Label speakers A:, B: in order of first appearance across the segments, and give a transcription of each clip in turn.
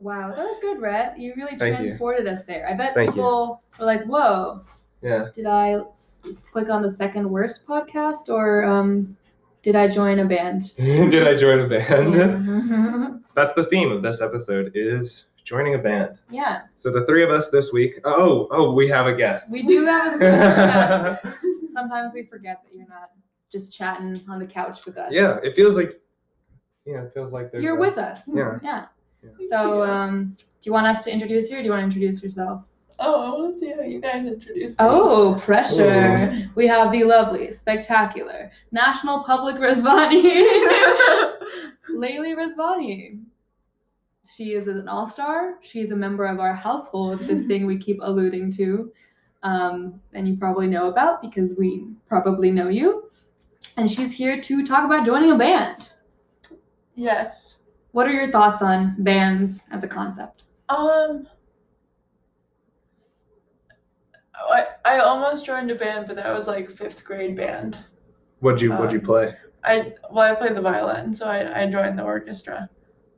A: Wow, that was good, Rhett. You really
B: Thank you.
A: transported us there. I bet
B: Thank you.
A: people were like, "Whoa,
B: Yeah.
A: did I s- s- click on the second worst podcast, or um, did I join a band?"
B: Did I join a band?
A: Mhm.
B: That's the theme of this episode is joining a band.
A: yeah,
B: So the three of us this week. Oh, oh, we have a guest.
A: we do have a special guest. Sometimes we forget that you're not just chatting on the couch with us.
B: yeah, it feels like yeah, it feels like there's
A: you're
B: a-
A: with us.
B: Yeah.
A: Yeah.
B: Yeah.
A: So, um, do you want us to introduce you, or do you want to introduce yourself?
C: Oh, I want to see how you guys introduce me.
A: Oh, pressure. We have the lovely, spectacular National Public Rizvani, Layli Rizvani. She is an all star. She is a member of our household, this thing we keep alluding to, um, and you probably know about because we probably know you. And she's here to talk about joining a band.
C: yes.
A: What are your thoughts on bands as a concept?
C: Um. I, I almost joined a band, but that was like fifth grade band.
B: What'd you what'd you
C: Um,
B: play?
C: I well, I played the violin, so I, I joined the orchestra,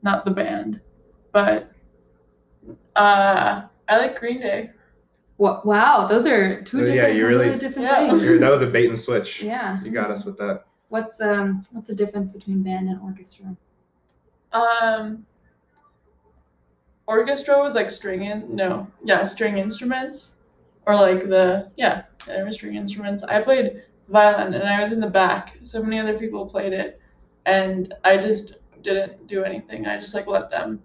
C: not the band. But uh, I like Green Day.
A: What, wow, those are two
B: Uh, yeah,
A: different,
B: you really-
A: completely different
C: Yeah.
A: things.
B: You're- that was a bait and switch.
A: yeah.
B: You got us with that.
A: What's um what's the difference between band and orchestra?
C: Um, orchestra was like string in no yeah string instruments, or like the yeah there were string instruments. I played violin and I was in the back. So many other people played it, and I just didn't do anything. I just like let them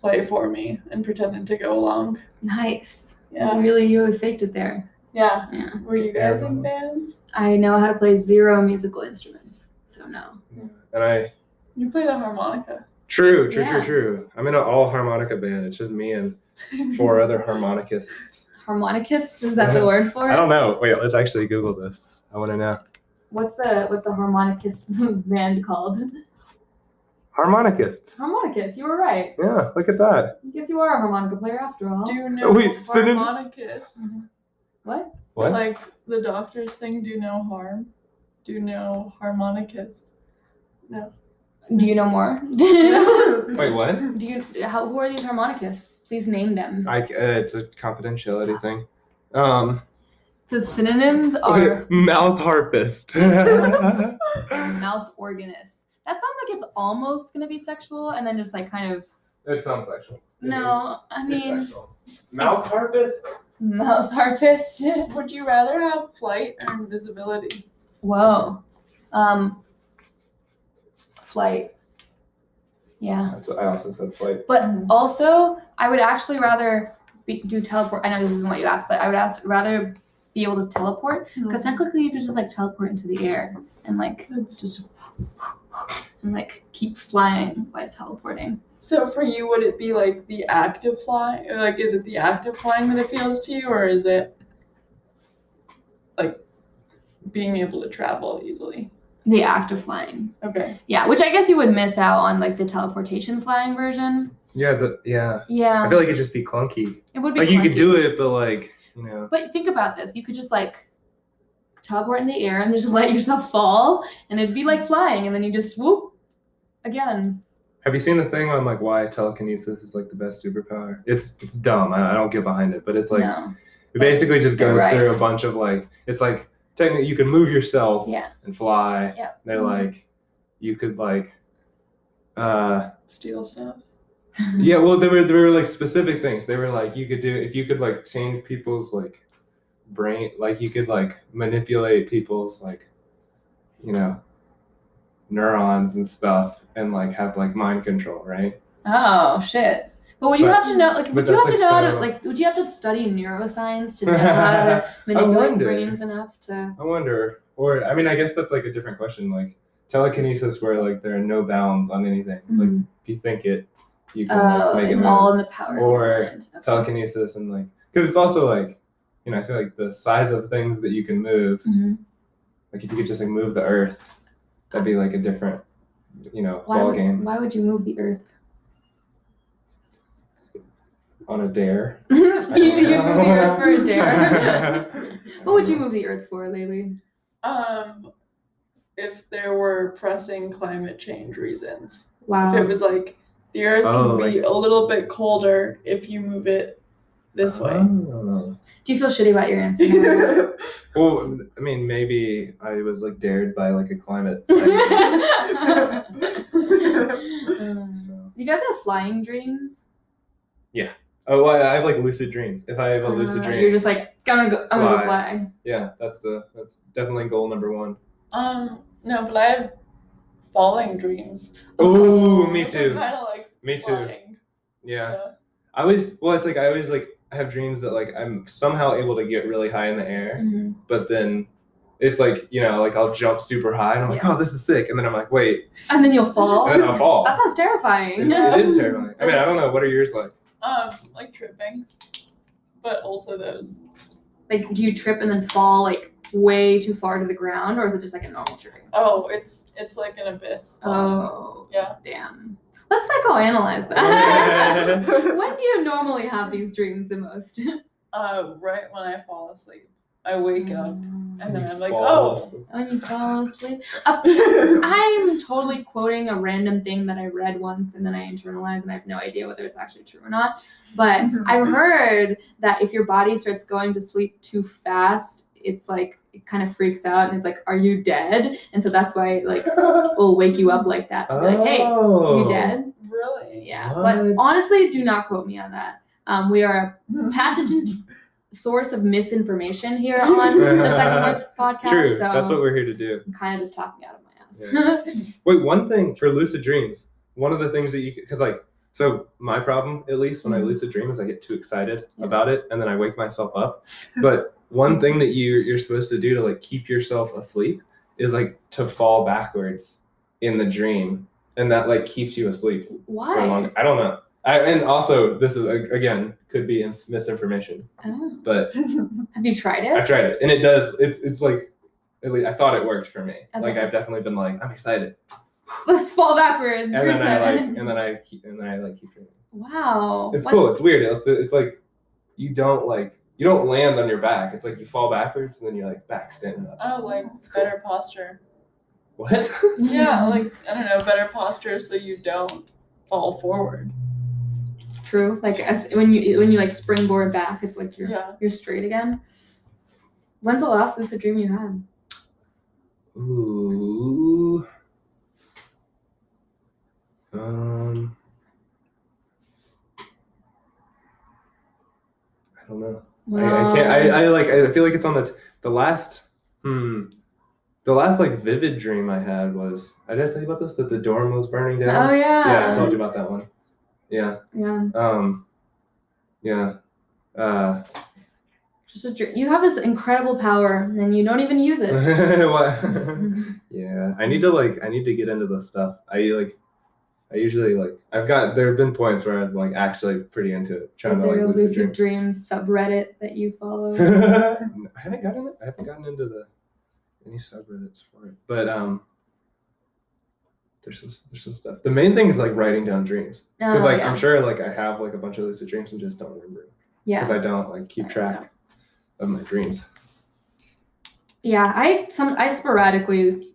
C: play for me and pretended to go along.
A: Nice. You
C: Yeah,
A: really, you really faked it there.
C: yeah.
A: Mm-hmm. Yeah.
C: Were you
B: Yeah, I
C: guys in
B: remember.
C: bands?
A: I know how to play zero musical instruments, so no.
B: And I
C: You play the harmonica.
B: True, true,
A: Yeah.
B: true, true. I'm in an all harmonica band. It's just me and four other harmonicists.
A: Harmonicus is that the word for
B: I
A: it?
B: don't know. Wait, let's actually Google this. I wanna know.
A: What's the what's the harmonicus band called?
B: Harmonicists.
A: Harmonicus. You were right.
B: Yeah, look at that.
A: I guess you are a harmonica player after all.
C: Do you know
B: Wait, so did-
C: harmonicus?
A: what?
B: What?
C: Like the doctor's thing, do no harm. Do no harmonicus.
A: Do you know more? Do
B: Wait, what?
A: you how who are these harmonicists? Please name them.
B: I, uh, it's a confidentiality thing. Um,
A: The synonyms are
B: mouth harpist. it
A: mouth organist. That sounds like it's almost gonna be sexual and then just like kind of
B: sounds sexual. It
A: No, I
B: is-
A: mean
B: it's sexual. mouth harpist.
A: mouth harpist.
C: Would you rather have flight or invisibility?
A: Whoa. Um flight. Yeah.
B: That's what I also said. Like,
A: But also, I would actually rather be, do teleport. I know this isn't what you asked, but I would ask, rather be able to teleport because technically you could just like teleport into the air and like
C: That's-
A: just and like keep flying by teleporting.
C: So for you, would it be like the act of flying? Or like, is it the act of flying that appeals to you, or is it like being able to travel easily?
A: The act of flying.
C: Okay.
A: Yeah, which I guess you would miss out on like the teleportation flying version.
B: yeah, the, yeah. I
A: Yeah,
B: feel like it'd just be clunky.
A: it would be
B: Like you could
A: clunky.
B: do it, but like you know.
A: But think about this. You could just like teleport in the air and just let yourself fall, and it'd be like flying, and then you just whoop again.
B: Have you seen the thing on like why telekinesis is like the best superpower? It's it's dumb. I, I don't get behind it, but it's like
A: no.
B: it basically just
A: They're
B: goes
A: right.
B: through a bunch of like it's like technically you can move yourself.
A: Yeah.
B: and fly.
A: Yeah.
B: They're
C: Mhm.
B: like, you could like, uh,
C: Steal stuff.
A: Mm-hmm.
B: yeah. Well, they were they were like specific things. They were like, you could do if you could like change people's like brain, like you could like manipulate people's like, you know, neurons and stuff, and like have like mind control, right?
A: Oh shit. But would you
B: But-
A: have to know, like,
B: but
A: would you
B: that's,
A: have to
B: like,
A: know how to,
B: so-
A: like, would you have to study neuroscience to know how to manipulate
B: wonder.
A: brains enough to?
B: I wonder, or I mean, I guess that's like a different question, like telekinesis, where like there are no bounds on anything. It's like
A: Mhm.
B: if you think it, you can
A: oh,
B: like, make
A: it's
B: it. move.
A: all in the power. of your
B: Or
A: mind. Okay.
B: telekinesis and like because it's also like you know i feel like the size of things that you can move
A: Mhm.
B: like if you could just like move the earth that'd be like a different you know
A: Why
B: ball
A: would,
B: game
A: why would you move the earth?
B: on a dare
A: you, you'd
B: I
A: move
B: don't
A: the
B: know.
A: earth for a dare.
B: I
A: what would
B: don't
A: you
B: know.
A: move the earth for, Lily?
C: Um, if there were pressing climate change reasons.
A: Wow.
C: Um, If it was like The Earth
B: Oh,
C: can be
B: like-
C: a little bit colder if you move it this way.
B: Oh.
A: Do you feel shitty about your answer? Hannah?
B: Well, I mean, maybe I was like dared by like a climate. study,
A: Uh,
B: so.
A: you guys have flying dreams.
B: Oh, well, I have like lucid dreams. If I have a lucid
A: Uh,
B: dream,
A: You're just like I'm gonna go. I'm gonna go fly.
B: yeah, that's the that's definitely goal number one.
C: Um, no, but I have falling dreams.
B: Oh, me
C: which are
B: too.
C: Kind of like
B: Me too.
C: flying,
B: Yeah,
C: so.
B: I always well, it's like I always like have dreams that like I'm somehow able to get really high in the air,
A: Mhm.
B: but then it's like you know like I'll jump super high and I'm like oh this is sick, and then I'm like wait,
A: And then you'll fall.
B: and then I'll fall.
A: That sounds
B: It-
A: terrifying.
C: Yeah.
B: it is terrifying. I mean, I don't know. What are yours like?
C: Um, like tripping, but also those.
A: Like, do you trip and then fall like way too far to the ground, or is it just like a normal tripping?
C: Oh, it's it's like an abyss.
A: Oh,
C: Yeah.
A: Damn. Let's psychoanalyze that. when do you normally have these dreams the most?
C: Uh, right when I fall asleep, I wake up and then
B: You
C: I'm like,
B: fall
C: oh,
B: asleep.
A: Um, When you fall asleep. Uh,
C: Mm.
A: I'm totally quoting a random thing that I read once and then I internalized and I have no idea whether it's actually true or not. But I've heard that if your body starts going to sleep too fast, it's like it kind of freaks out and it's like, are you dead? And so that's why it, like will wake you up like that to be like, hey, you dead?
C: really?
A: Yeah.
B: Oh. What?
A: But honestly, do not quote me on that. Um, we are a patented source of misinformation here on the Second Earth podcast.
B: True.
A: so
B: That's what we're here to do.
A: kind of just talked me out of my ass.
B: Wait, one thing for lucid dreams. One of the things that you because like so my problem at least when I
A: Mhm.
B: lucid dream is I get too excited
A: Yeah.
B: about it and then I wake myself up. But one thing that you you're supposed to do to like keep yourself asleep is like to fall backwards in the dream, and that like keeps you asleep for
A: Why?
B: a long. I don't know. I, and also this is a- again could be in- misinformation,
A: Oh.
B: but
A: Have you tried
B: I've
A: it?
B: tried it and it does. It's it's like. At least I thought it worked for me. Like
A: Okay.
B: I've definitely been like, I'm excited
A: Let's fall backwards.
B: and then I like,
A: reset.
B: and then I keep, and then I like keep drinking.
A: wow.
B: It's
A: What-
B: cool. It's weird. It's, it's like you don't like you don't land on your back. It's like you fall backwards and then you're like back standing up.
C: Oh, like better posture.
B: What?
C: Yeah, like I don't know, better posture so you don't fall forward.
A: True. Like as, when you when you like springboard back, it's like you're
C: Yeah.
A: you're straight again. When's the last lucid dream you had?
B: Ooh. Um. I don't know. I, I can't. I, I like. I feel like it's on the t- the last. Hmm. The last like vivid dream I had was. I did I tell you about this that the dorm was burning down.
A: Oh
B: yeah, I
A: yeah.
B: told you about that one. Yeah.
A: Yeah.
B: Um. Yeah. Uh.
A: Just a dream. You have this incredible power, and you don't even use it.
B: what?
A: Mm-hmm.
B: yeah. I need to like. I need to get into this stuff. I like. I usually like. I've got. There have been points where I'm like actually pretty into it, trying
A: Is
B: to
A: there a
B: like lose the
A: lucid
B: dream.
A: dreams subreddit that you follow?
B: I haven't gotten it. I haven't gotten into the any subreddits for it, but um, there's some there's some stuff. The main thing is like writing down dreams because
A: Oh,
B: like
A: yeah.
B: I'm sure like I have like a bunch of lucid dreams and just don't remember
A: yeah.
B: because I don't like keep track of my dreams.
A: Yeah, I some I sporadically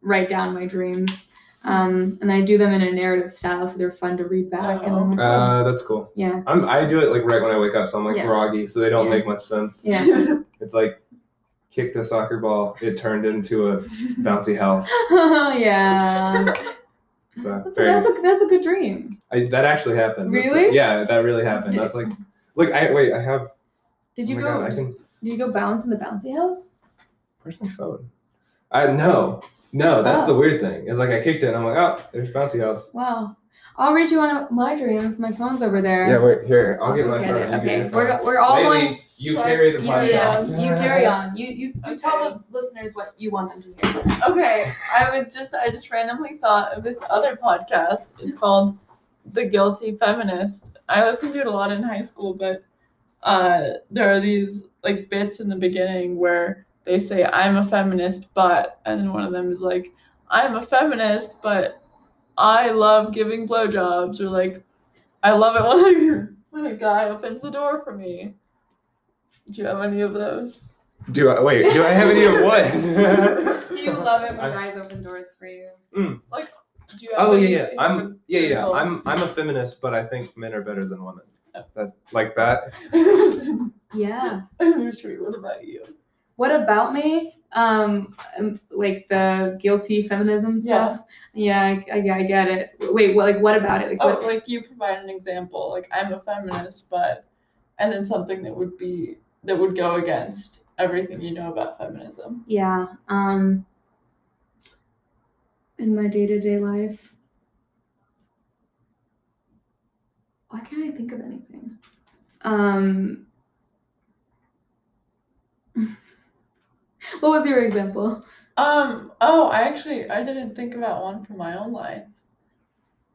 A: write down my dreams, um, and I do them in a narrative style, so they're fun to read back. And I'm like, oh,
B: Uh, that's cool.
A: yeah,
B: I'm I do it like right when I wake up, so I'm like
A: Yeah.
B: groggy, so they don't
A: Yeah.
B: make much sense.
A: yeah.
B: It's like kicked a soccer ball, it turned into a bouncy house.
A: yeah,
B: So
A: that's a,
B: very
A: that's a that's a good dream.
B: I, that actually happened. That's-
A: Really?
B: yeah, that really happened. That's like, look, I wait, I have.
A: Did
B: oh
A: you
B: my
A: go?
B: God, I
A: did
B: can.
A: you go bounce in the bouncy house?
B: Where's my phone? I no, no. That's the
A: Oh.
B: weird thing. It's like I kicked it. and I'm like, oh, there's bouncy house.
A: Wow, I'll read you one of my dreams. My phone's over there.
B: Yeah, wait here. I'll get
A: Look
B: my
A: at
B: phone.
A: it.
B: you get
A: Okay,
B: your
A: we're
B: phone.
A: go- we're all
B: Lately,
A: going.
B: You carry the
A: You,
B: podcast.
A: yeah, you carry on. You you, you
C: Okay.
A: tell the listeners what you want them to hear.
C: Okay, I was just I just randomly thought of this other podcast. It's called The Guilty Feminist. I listened to it a lot in high school, but uh, there are these like bits in the beginning where they say I'm a feminist, but and then one of them is like I'm a feminist, but I love giving blowjobs or like I love it when when a guy opens the door for me. Do you have any of those?
B: Do I wait? Do I have any of what?
A: Do you love it when
B: I-
A: guys open doors for you?
C: Do you have
B: Oh yeah, yeah.
C: anything to-
B: I'm yeah, yeah.
C: Oh.
B: I'm I'm a feminist, but I think men are better than women.
C: Oh.
B: That's like that.
A: Yeah.
C: Sheree, what about you?
A: What about me? Um, um, like the guilty feminism stuff. Yeah, I, I, I get it. Wait, what, like what about it? Like,
C: Oh,
A: what,
C: like you provide an example. Like I'm a feminist, but and then something that would be that would go against everything you know about feminism.
A: yeah. Um, in my day to day life, why can't I think of anything? Um, what was your example?
C: Um. Oh, I actually I didn't think about one for my own life.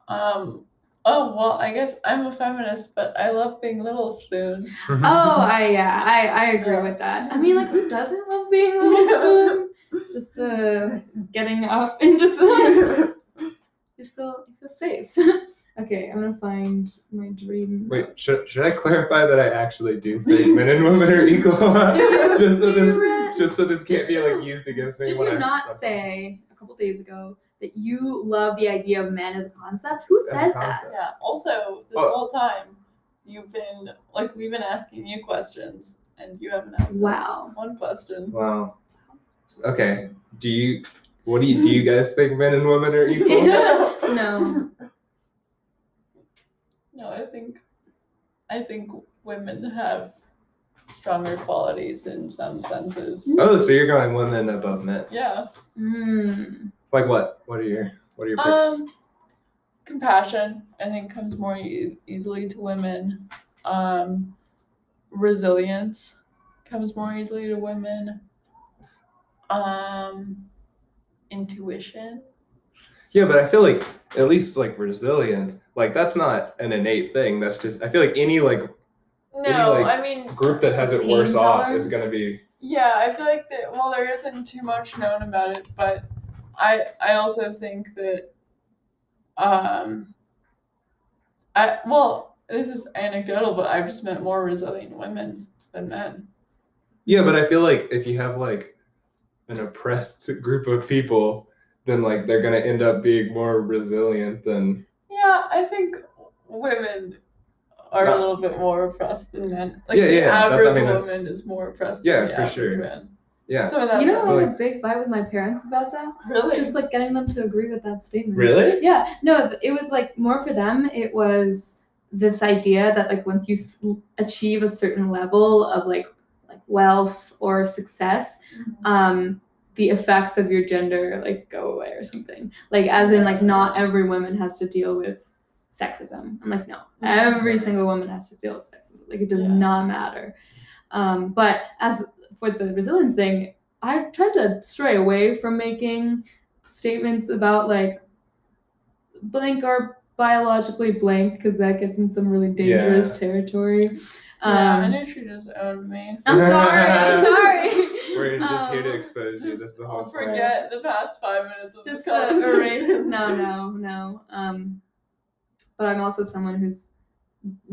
C: Um. Oh well, I guess I'm a feminist, but I love being Little Spoon.
B: Mm-hmm.
A: Oh, I yeah, I I agree
C: Yeah.
A: with that. I mean, like, who doesn't love being a little spoon? Just the getting up and just just feel feel safe. okay, I'm gonna find my dream.
B: Wait,
A: notes.
B: should, should I clarify that I actually do think men and women are equal?
A: you-
B: just so
A: do
B: this
A: you re-
B: just so this
A: did
B: can't be like
A: you-
B: used against me.
A: Did
B: when
A: you
B: I-
A: not say a couple days ago that you love the idea of man as a concept? Who
B: As a
A: says that?
B: concept.
C: Yeah. Also, this
B: Oh.
C: whole time, you've been like we've been asking you questions, and you haven't asked
A: Wow.
C: us one question.
B: Wow. Okay. Do you what do you do you guys think men and women are equal?
A: No.
C: No, I think, I think women have stronger qualities in some senses.
B: oh, so you're going women above men.
C: Yeah.
A: Hmm.
B: Like what? What are your what are your picks?
C: Um, compassion, I think, comes more eas easily to women. Um, resilience comes more easily to women. Um, intuition.
B: Yeah, but I feel like at least like resilience, like that's not an innate thing. That's just I feel like any like
C: No,
B: like,
C: I mean,
B: group that has it
A: Pain
B: worse off
A: tolerance?
B: is gonna be
C: yeah, I feel like that. Well, there isn't too much known about it, but I I also think that, um, I well, this is anecdotal, but I've just met more resilient women than men.
B: Yeah, but I feel like if you have like an oppressed group of people, then like they're gonna end up being more resilient than
C: Yeah, I think women are
B: Yeah.
C: a little bit more oppressed than men. Like
B: Yeah,
C: the
B: yeah, that's- I
C: average
B: mean, that's-
C: woman is more oppressed
B: Yeah,
C: than the
B: for
C: average
B: sure.
C: man.
B: yeah.
C: So in that
A: You know, I
C: sense,
A: had a big fight with my parents about that.
C: really,
A: Just like getting them to agree with that statement.
B: Really?
A: yeah no th- it was like more for them it was this idea that like once you s- achieve a certain level of like like wealth or success um the effects of your gender like go away or something like as in like not every woman has to deal with sexism i'm like no every single woman has to deal with sexism like it does
C: Yeah.
A: not matter um but as for the resilience thing i tried to stray away from making statements about like blank or biologically blank because that gets in some really dangerous
B: Yeah.
A: territory um
C: yeah, I knew she just owned me.
A: i'm sorry i'm sorry
B: We're just here to
A: Um,
B: expose you. That's the whole
A: for-
B: thing.
C: forget the past five minutes of
A: just
C: the
A: to
C: conversation.
A: erase no no no um but i'm also someone who's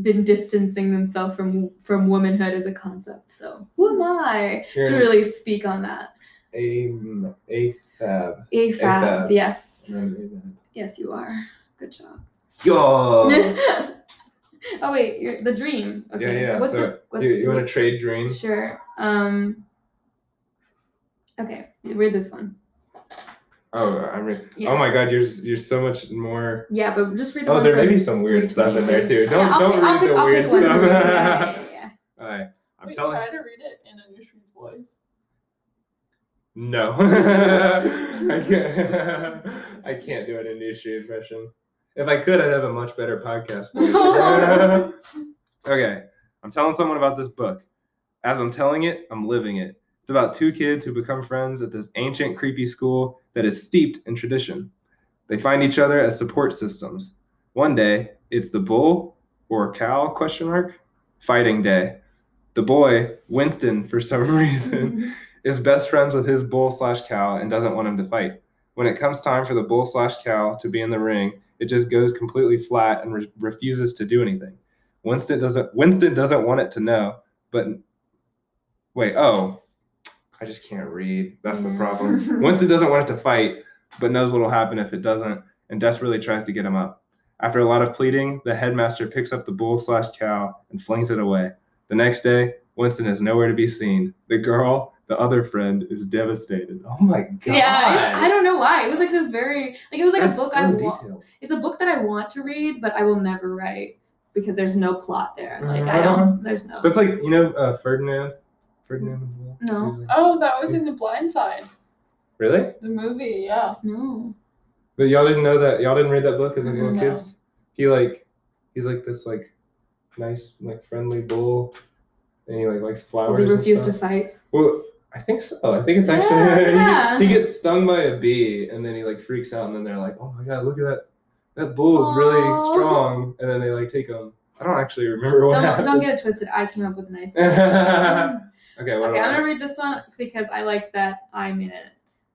A: been distancing themselves from from womanhood as a concept so who am i
B: You're
A: to really speak on that
B: an a fab.
A: afab
B: AFAB.
A: yes yes you are good job
B: Yo. yeah,
A: oh wait you're, the dream okay
B: yeah.
A: what's
B: so
A: the what's
B: you,
A: the-
B: you want to trade dreams?
A: sure um okay read this one
B: Oh, I'm. Re-
A: Yeah.
B: Oh my God, you're you're so much more.
A: yeah but just read the
B: Oh,
A: one
B: there
A: from-
B: may be some weird
A: three
B: stuff in there
A: twenty-two.
B: too. Don't
A: yeah, I'll
B: don't
A: pick,
B: read
A: I'll pick,
B: the
A: I'll
B: weird
A: pick one to
B: stuff.
A: read. Yeah, yeah, yeah, yeah.
B: All right, I'm
C: Wait,
B: telling.
C: try to read it in Anushree voice.
B: No, I can't. I can't do an industry impression. If I could, I'd have a much better podcast. voice. okay, I'm telling someone about this book. As I'm telling it, I'm living it. It's about two kids who become friends at this ancient, creepy school that is steeped in tradition. They find each other as support systems. One day, it's the bull or cow question mark fighting day. The boy, Winston, for some reason is best friends with his bull slash cow and doesn't want him to fight. When it comes time for the bull slash cow to be in the ring, it just goes completely flat and re- refuses to do anything. Winston doesn't. Winston doesn't want it to know, but wait. Oh, I just can't read. That's the problem. Winston doesn't want it to fight, but knows what'll happen if it doesn't, and desperately tries to get him up. After a lot of pleading, the headmaster picks up the bull slash cow and flings it away. The next day, Winston is nowhere to be seen. The girl, the other friend, is devastated. Oh my god!
A: Yeah, it's, I don't know why. It was like this very like it was like
B: That's
A: a book
B: so
A: I want.
B: detailed.
A: It's a book that I want to read, but I will never write because there's no plot there. Like I
B: Uh-huh.
A: don't. There's no.
B: That's like you know uh, Ferdinand. Ferdinand. and the Wolf?
A: No.
C: Oh, that was in The Blind Side,
B: Really?
C: the movie. Yeah.
A: No.
B: But y'all didn't know that. Y'all didn't read that book as a little
A: No.
B: kids. He like, he's like this like, nice like friendly bull, and he like likes flowers.
A: Does he
B: and
A: refuse to
B: stuff.
A: fight?
B: Well, I think so. I think it's actually
A: Yeah,
B: he
A: yeah.
B: get- he, gets stung by a bee and then he like freaks out and then they're like, oh my god, look at that that bull is really
A: Aw.
B: strong and then they like take him. I don't actually remember what
A: Don't
B: happened.
A: don't get it twisted. I came up with a nice.
B: okay, what
A: Okay,
B: do
A: I'm
B: I-
A: gonna read this one just because I like that I'm in it.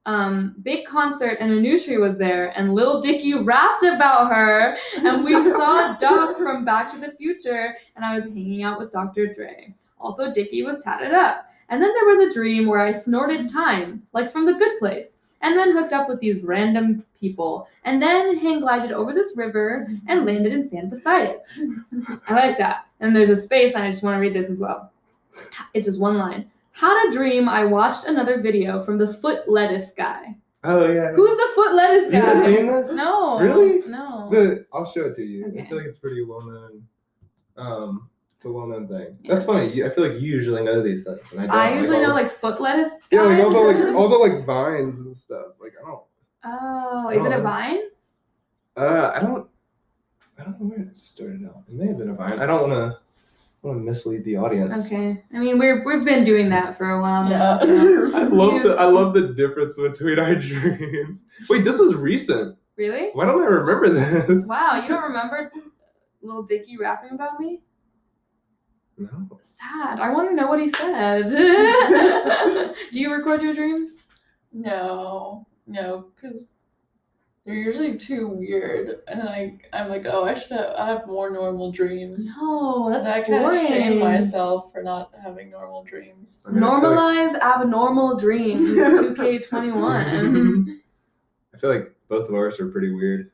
A: Um, big concert and Anushree was there, and Lil Dicky rapped about her, and we saw Doc from Back to the Future, and I was hanging out with Dr. Dre. Also, Dicky was tatted up. And then there was a dream where I snorted time, like from the good place, and then hooked up with these random people, and then hang glided over this river and landed in sand beside it. I like that. And there's a space, and I just want to read this as well. It's just one line. Had a dream I watched another video from the foot lettuce guy.
B: Oh yeah.
A: Who's the foot lettuce
B: you haven't
A: guy?
B: seen this?
A: No.
B: Really?
A: No.
B: The, I'll show it to you. I
A: Okay.
B: feel like it's pretty well known. Um, it's a well known thing.
A: Yeah.
B: That's funny. you- I feel like you usually know these things. And I, don't.
A: I usually
B: all
A: know
B: the-
A: like foot lettuce guys.
B: yeah, like all the like all the like vines and stuff. Like I don't.
A: oh, is it a
B: Oh.
A: vine?
B: Uh, I don't. I don't know where it started out. It may have been a vine. I don't want to. Want to mislead the audience.
A: Okay. I mean, we're we've been doing that for a while now.
C: Yeah.
A: So.
B: I love
A: Dude.
B: the I love the difference between our dreams. Wait, this is recent.
A: Really?
B: Why don't I remember this?
A: Wow, you don't remember little Dicky rapping about me?
B: No.
A: Sad. I want to know what he said. Do you record your dreams?
C: no, no, because they're usually too weird, and then I, I'm like, oh, I should have, I have more normal dreams.
A: No, that's
C: and I kind of
A: boring.
C: shame myself for not having normal dreams.
B: I mean, I feel like-
A: Normalize abnormal dreams. 2K21.
B: I feel like both of ours are pretty weird.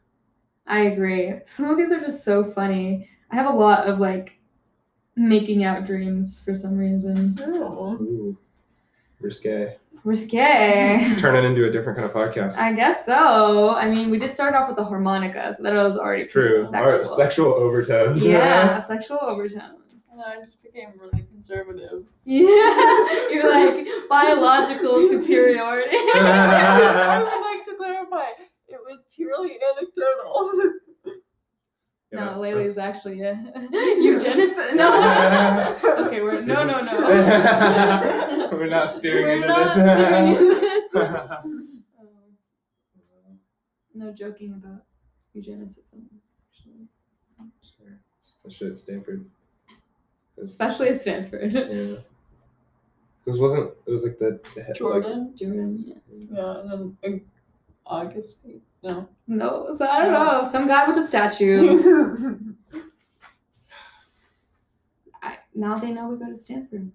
A: I agree. Some of these are just so funny. I have a lot of like making out dreams for some reason.
C: No.
B: Ooh, risque.
A: Risque.
B: Turn it into a different kind of podcast.
A: I guess so. I mean, we did start off with the harmonica, so that was already pretty
B: True.
A: Sexual.
B: All right, sexual overtones.
A: yeah, sexual overtone.
C: And I just became really conservative.
A: Yeah, you're like biological superiority.
C: I would like to clarify, it was purely anecdotal.
B: Yeah,
A: no,
B: that's-
A: Layla's
B: that's-
A: actually a eugenicist. No, okay, we're no, no, no.
B: We're not steering
A: we're
B: into
A: not
B: this.
A: steering into this. Um, no joking about eugenicism, actually. So-
B: Sure. That shit at Stanford. It's-
A: Especially at Stanford.
B: yeah. This wasn't. It was like the, the head, like,
C: Jordan.
A: Jordan, yeah.
C: Yeah, and then uh, August. No.
A: No, so I don't know. Some guy with a statue.
C: That's
A: I, now they know we go to Stanford.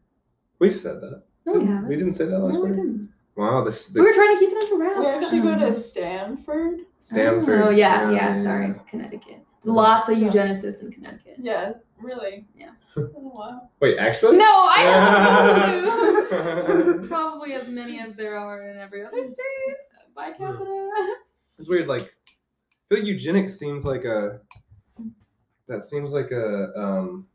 B: we've said that.
A: No, we haven't.
B: We didn't say that
A: No,
B: last
A: we
B: week.
A: didn't.
B: Wow, this
A: We
B: the
A: were trying to keep it under wraps.
C: we actually go
A: Come on.
C: to Stanford.
B: Stanford.
A: Oh, yeah, yeah, sorry. Connecticut. Lots of
C: Yeah.
A: eugenicists in Connecticut.
C: Yeah, really.
A: Yeah.
C: Oh, wow.
B: Wait, actually.
A: No, I don't know.
B: it's
A: Probably as many as there are in every other state by capita.
B: weird. Like, I feel like eugenics seems like a. That seems like a. um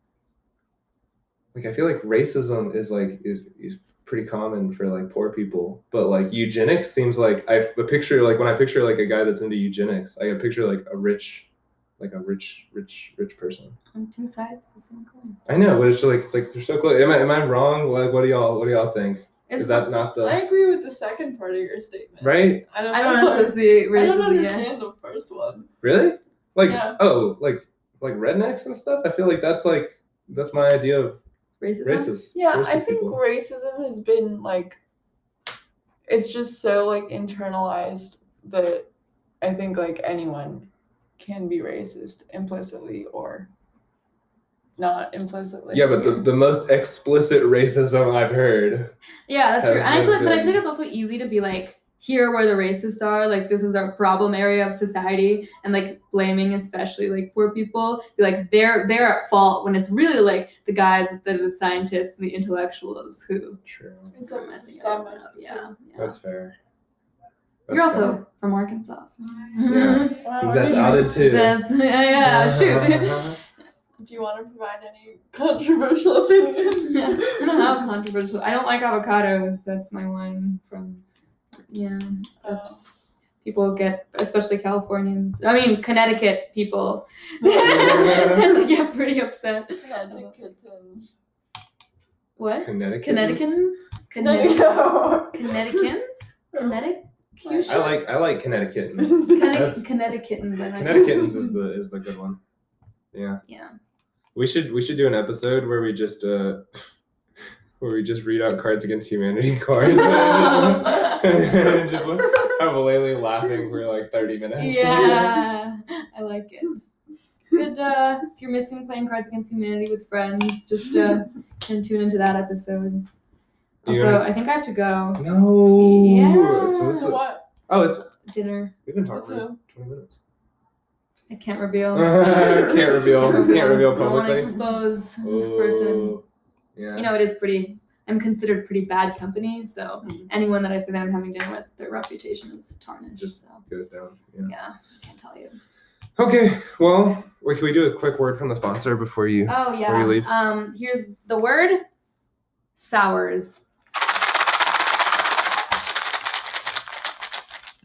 B: Like I feel like racism is like is is pretty common for like poor people, but like eugenics seems like I f- a picture like when I picture like a guy that's into eugenics, I picture like a rich, like a rich, rich, rich person.
A: On two sides of the same coin.
B: I know, but it's like it's like they're so close. Am I am I wrong? Like, what do y'all what do y'all think?
A: It's-
B: is that not the
C: I agree with the second part of your statement.
B: right?
C: I don't.
A: I don't associate
C: I don't
A: racism yet.
C: understand the first one.
B: Really? Like
C: Yeah.
B: oh, like like rednecks and stuff. I feel like that's like that's my idea of
A: Racism?
B: racist.
C: Yeah,
B: racist
C: I think
B: people.
C: racism has been like. It's just so like internalized that I think like anyone can be racist implicitly or not implicitly.
B: yeah, but the, the most explicit racism I've heard.
A: Yeah, that's
B: has
A: true. And I
B: been
A: feel like, but I
B: good.
A: feel like it's also easy to be like, here where the racists are like this is our problem area of society and like blaming especially like poor people like they're they're at fault when it's really like the guys the, the scientists and the intellectuals who
B: True.
C: It's
A: are
C: like
A: messing
C: stop
A: everyone
C: it.
A: up. yeah, yeah.
B: That's fair.
A: you're
B: That's
A: also from arkansas so.
B: Yeah.
C: Wow,
B: fair. that's
C: okay.
B: outed too.
A: That's, yeah, yeah shoot
C: Do you want to provide any controversial opinions?
A: Yeah, I don't have controversial. I don't like avocados. That's my one from. Yeah, that's
C: Oh.
A: people get, especially Californians. I mean, Connecticut people tend to get pretty upset.
C: Connecticutans.
A: What?
B: Connecticut.
A: Connecticutans? Connecticutans?
C: No.
A: Connecticutans? Connecticutians?
B: I like I like Connecticut.
A: Connectic-
B: that's-
A: Connecticutans. I like.
B: Connecticutans is the is the good one. Yeah.
A: Yeah.
B: We should we should do an episode where we just uh where we just read out Cards Against Humanity cards and just like, have Lele laughing for like thirty minutes.
A: Yeah, I like it. It's good. Uh, if you're missing playing Cards Against Humanity with friends, just uh, can tune into that episode.
B: Do you
A: Also,
B: wanna-
A: I think I have to go
B: No.
A: Yeah.
B: So this is,
C: What?
B: oh, it's
A: dinner.
B: we've been
C: With
B: talking for
C: who?
B: twenty minutes.
A: I can't reveal.
B: can't reveal. Uh, Can't reveal
A: I want to
B: publicly.
A: expose this person.
B: Oh, Yeah.
A: You know, it is pretty. I'm considered pretty bad company, so
C: Mhm.
A: anyone that I say that I'm having dinner with, their reputation is tarnished.
B: Just-
A: so
B: goes down. Yeah.
A: yeah, I can't tell you.
B: Okay. Well, wait, can we do a quick word from the sponsor before you?
A: Oh yeah.
B: you leave.
A: Um, here's the word. Sours.